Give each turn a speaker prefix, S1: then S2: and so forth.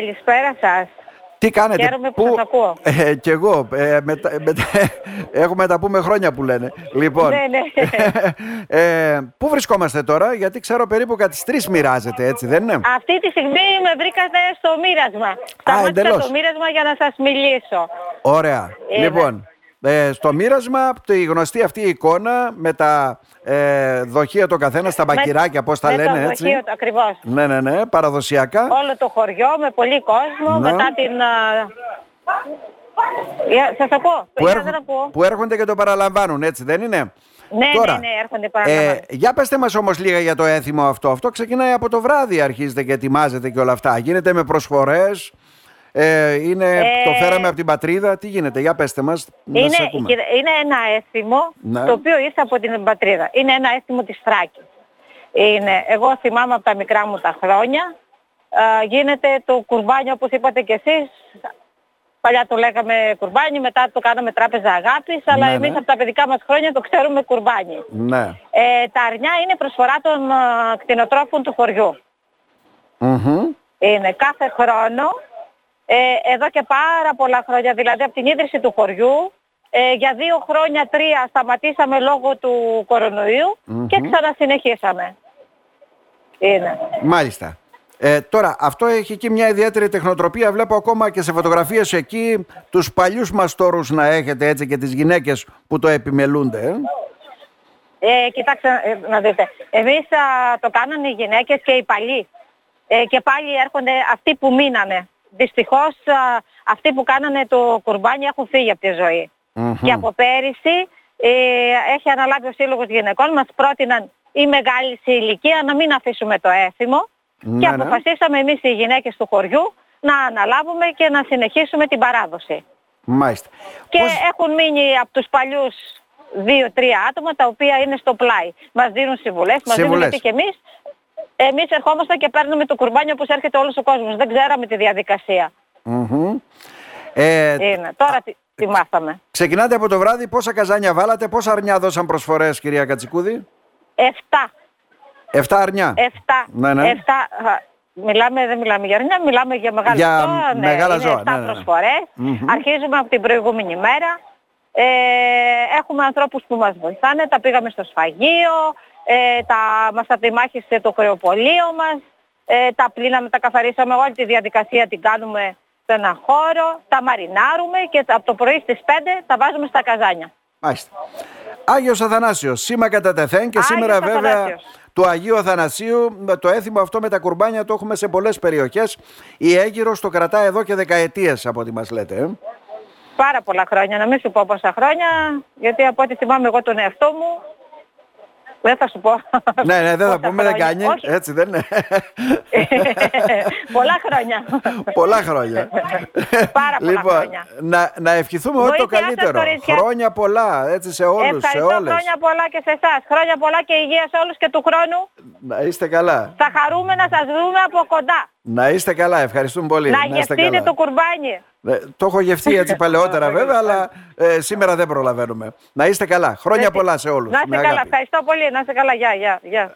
S1: Καλησπέρα σας.
S2: Τι κάνετε,
S1: Χαίρομαι που σας ακούω.
S2: Ε, κι εγώ. Ε, μετα... μετα- Έχουμε τα πούμε χρόνια που λένε. Λοιπόν,
S1: Ναι, ναι.
S2: ε, πού βρισκόμαστε τώρα, γιατί ξέρω περίπου κάτι τρεις μοιράζεται, έτσι δεν είναι.
S1: Αυτή τη στιγμή με βρήκατε στο μοίρασμα. Σταμάτησα
S2: εντελώς.
S1: το μοίρασμα για να σας μιλήσω.
S2: Ωραία.
S1: Ε,
S2: λοιπόν, ε, στο μοίρασμα, τη γνωστή αυτή η εικόνα με τα ε, δοχεία το καθένα, στα μπακυράκια, πώς τα
S1: με
S2: λένε,
S1: το
S2: έτσι.
S1: δοχείο του, ακριβώς.
S2: Ναι, ναι, ναι, παραδοσιακά.
S1: Όλο το χωριό με πολύ κόσμο.
S2: Ναι.
S1: Μετά την... α, Για- Σας ακούω.
S2: Που,
S1: Για
S2: έρχον-
S1: να τα ακούω.
S2: που έρχονται και το παραλαμβάνουν, έτσι δεν είναι.
S1: Ναι,
S2: Τώρα,
S1: ναι, ναι, έρχονται παραλαμβάνουν.
S2: Ε, για πέστε μας όμως λίγα για το έθιμο αυτό. Αυτό ξεκινάει από το βράδυ, αρχίζετε και ετοιμάζετε και όλα αυτά. Γίνεται με προσφορές, ε, είναι,
S1: Ε,
S2: το φέραμε από την πατρίδα. Τι γίνεται, για πέστε μας, να σε
S1: Είναι,
S2: ακούμε.
S1: κοίτα, είναι ένα έθιμο
S2: Ναι.
S1: το οποίο ήρθε από την πατρίδα. Είναι ένα έθιμο της Θράκης. Είναι, εγώ θυμάμαι από τα μικρά μου τα χρόνια. Α, γίνεται το κουρμπάνι όπως είπατε και εσείς. Παλιά το λέγαμε κουρμπάνι, μετά το κάναμε τράπεζα αγάπης, αλλά
S2: Ναι, ναι.
S1: εμείς από τα παιδικά μας χρόνια το ξέρουμε κουρμπάνι.
S2: Ναι.
S1: Ε, τα αρνιά είναι προσφορά των α, κτηνοτρόφων του χωριού.
S2: Μμμ.
S1: Είναι κάθε χρόνο, ε, εδώ και πάρα πολλά χρόνια, δηλαδή από την ίδρυση του χωριού, ε, για δύο χρόνια, τρία σταματήσαμε λόγω του κορονοϊού
S2: Μμμ.
S1: και ξανασυνεχίσαμε. Είναι.
S2: Μάλιστα. Ε, τώρα, αυτό έχει εκεί μια ιδιαίτερη τεχνοτροπία. Βλέπω ακόμα και σε φωτογραφίες εκεί τους παλιούς μαστόρου να έχετε έτσι και τις γυναίκες που το επιμελούνται. ε.
S1: Ε, κοιτάξτε ε, να δείτε, εμείς α, το κάνανε οι γυναίκες και οι παλιοί ε, και πάλι έρχονται αυτοί που μείνανε. Δυστυχώς α, αυτοί που κάνανε το κουρμπάνι έχουν φύγει από τη ζωή.
S2: Μμμ.
S1: Και από πέρυσι ε, έχει αναλάβει ο Σύλλογος Γυναικών, μας πρότειναν η μεγάλη σε ηλικία να μην αφήσουμε το έθιμο
S2: Ναι,
S1: και
S2: ναι.
S1: αποφασίσαμε εμείς οι γυναίκες του χωριού να αναλάβουμε και να συνεχίσουμε την παράδοση.
S2: Μάλιστα.
S1: Και
S2: Πώς-
S1: έχουν μείνει από τους παλιούς δύο-τρία άτομα τα οποία είναι στο πλάι. Μας δίνουν συμβουλές, μας δίνουν
S2: Συμβουλές.
S1: γιατί και εμείς. Εμείς ερχόμαστε και παίρνουμε το κουρμπάνι όπως έρχεται όλος ο κόσμος. Δεν ξέραμε τη διαδικασία.
S2: Μμμ. Ε,
S1: Είναι. Τώρα τι, τι μάθαμε.
S2: ξεκινάτε από το βράδυ. Πόσα καζάνια βάλατε, πόσα αρνιά δώσαν προσφορές, κυρία Κατσικούδη.
S1: Εφτά.
S2: Εφτά αρνιά.
S1: Εφτά.
S2: Ναι, ναι.
S1: Εφτά. α, Μιλάμε, δεν μιλάμε για αρνιά, μιλάμε για μεγάλα
S2: Για
S1: ζώα. Ναι,
S2: μεγάλα
S1: είναι
S2: ζώα,
S1: εφτά
S2: ναι, ναι, ναι.
S1: προσφορές.
S2: Μμμ.
S1: Αρχίζουμε από την προηγούμενη μέρα. Ε, έχουμε ανθρώπους που μας βοηθάνε, τα πήγαμε στο σφαγείο, ε, τα, μας απειμάχισε το κρεοπολείο μας, ε, τα πλύναμε, τα καθαρίσαμε, όλη τη διαδικασία την κάνουμε σε ένα χώρο, τα μαρινάρουμε και τα- από το πρωί στις 5 τα βάζουμε στα καζάνια.
S2: Μάλιστα. Άγιος Αθανάσιος, σήμα κατά τεθέν και
S1: Άγιος
S2: σήμερα βέβαια
S1: Αθανάσιος.
S2: του Αγίου Αθανασίου με το έθιμο αυτό με τα κουρμπάνια το έχουμε σε πολλές περιοχές. Η Αίγυρος το κρατά εδώ και δεκαετίες από ό,τι μας λέτε. ε.
S1: Πάρα πολλά χρόνια, να μην σου πω πόσα χρόνια, γιατί από ό,τι θυμάμαι εγώ τον εαυτό μου, δεν θα σου πω.
S2: ναι, ναι, δεν θα
S1: πόσα
S2: πούμε
S1: χρόνια.
S2: δεκαεννιά,
S1: Όχι.
S2: έτσι δεν είναι.
S1: πολλά χρόνια.
S2: πολλά χρόνια.
S1: Πάρα πολλά
S2: λοιπόν,
S1: χρόνια.
S2: να, να ευχηθούμε ό,τι το
S1: Βοήθειά σας,
S2: καλύτερο.
S1: κορίτσια.
S2: Χρόνια πολλά, έτσι σε όλους, σε
S1: Ευχαριστώ
S2: όλες.
S1: χρόνια πολλά και σε εσάς. Χρόνια πολλά και υγεία σε όλους και του χρόνου.
S2: Να είστε καλά.
S1: Θα χαρούμε να σας δούμε από κοντά.
S2: Να είστε καλά, ευχαριστούμε πολύ.
S1: να
S2: Ε, είστε
S1: γευτείτε
S2: καλά.
S1: το κουρμπάνι.
S2: Ε, το έχω γευτεί έτσι παλαιότερα βέβαια, αλλά ε, σήμερα δεν προλαβαίνουμε. Να είστε καλά. Χρόνια πολλά σε όλους.
S1: Να είστε
S2: Με
S1: καλά.
S2: αγάπη.
S1: Ευχαριστώ πολύ. Να είστε καλά. Γεια, γεια, γεια.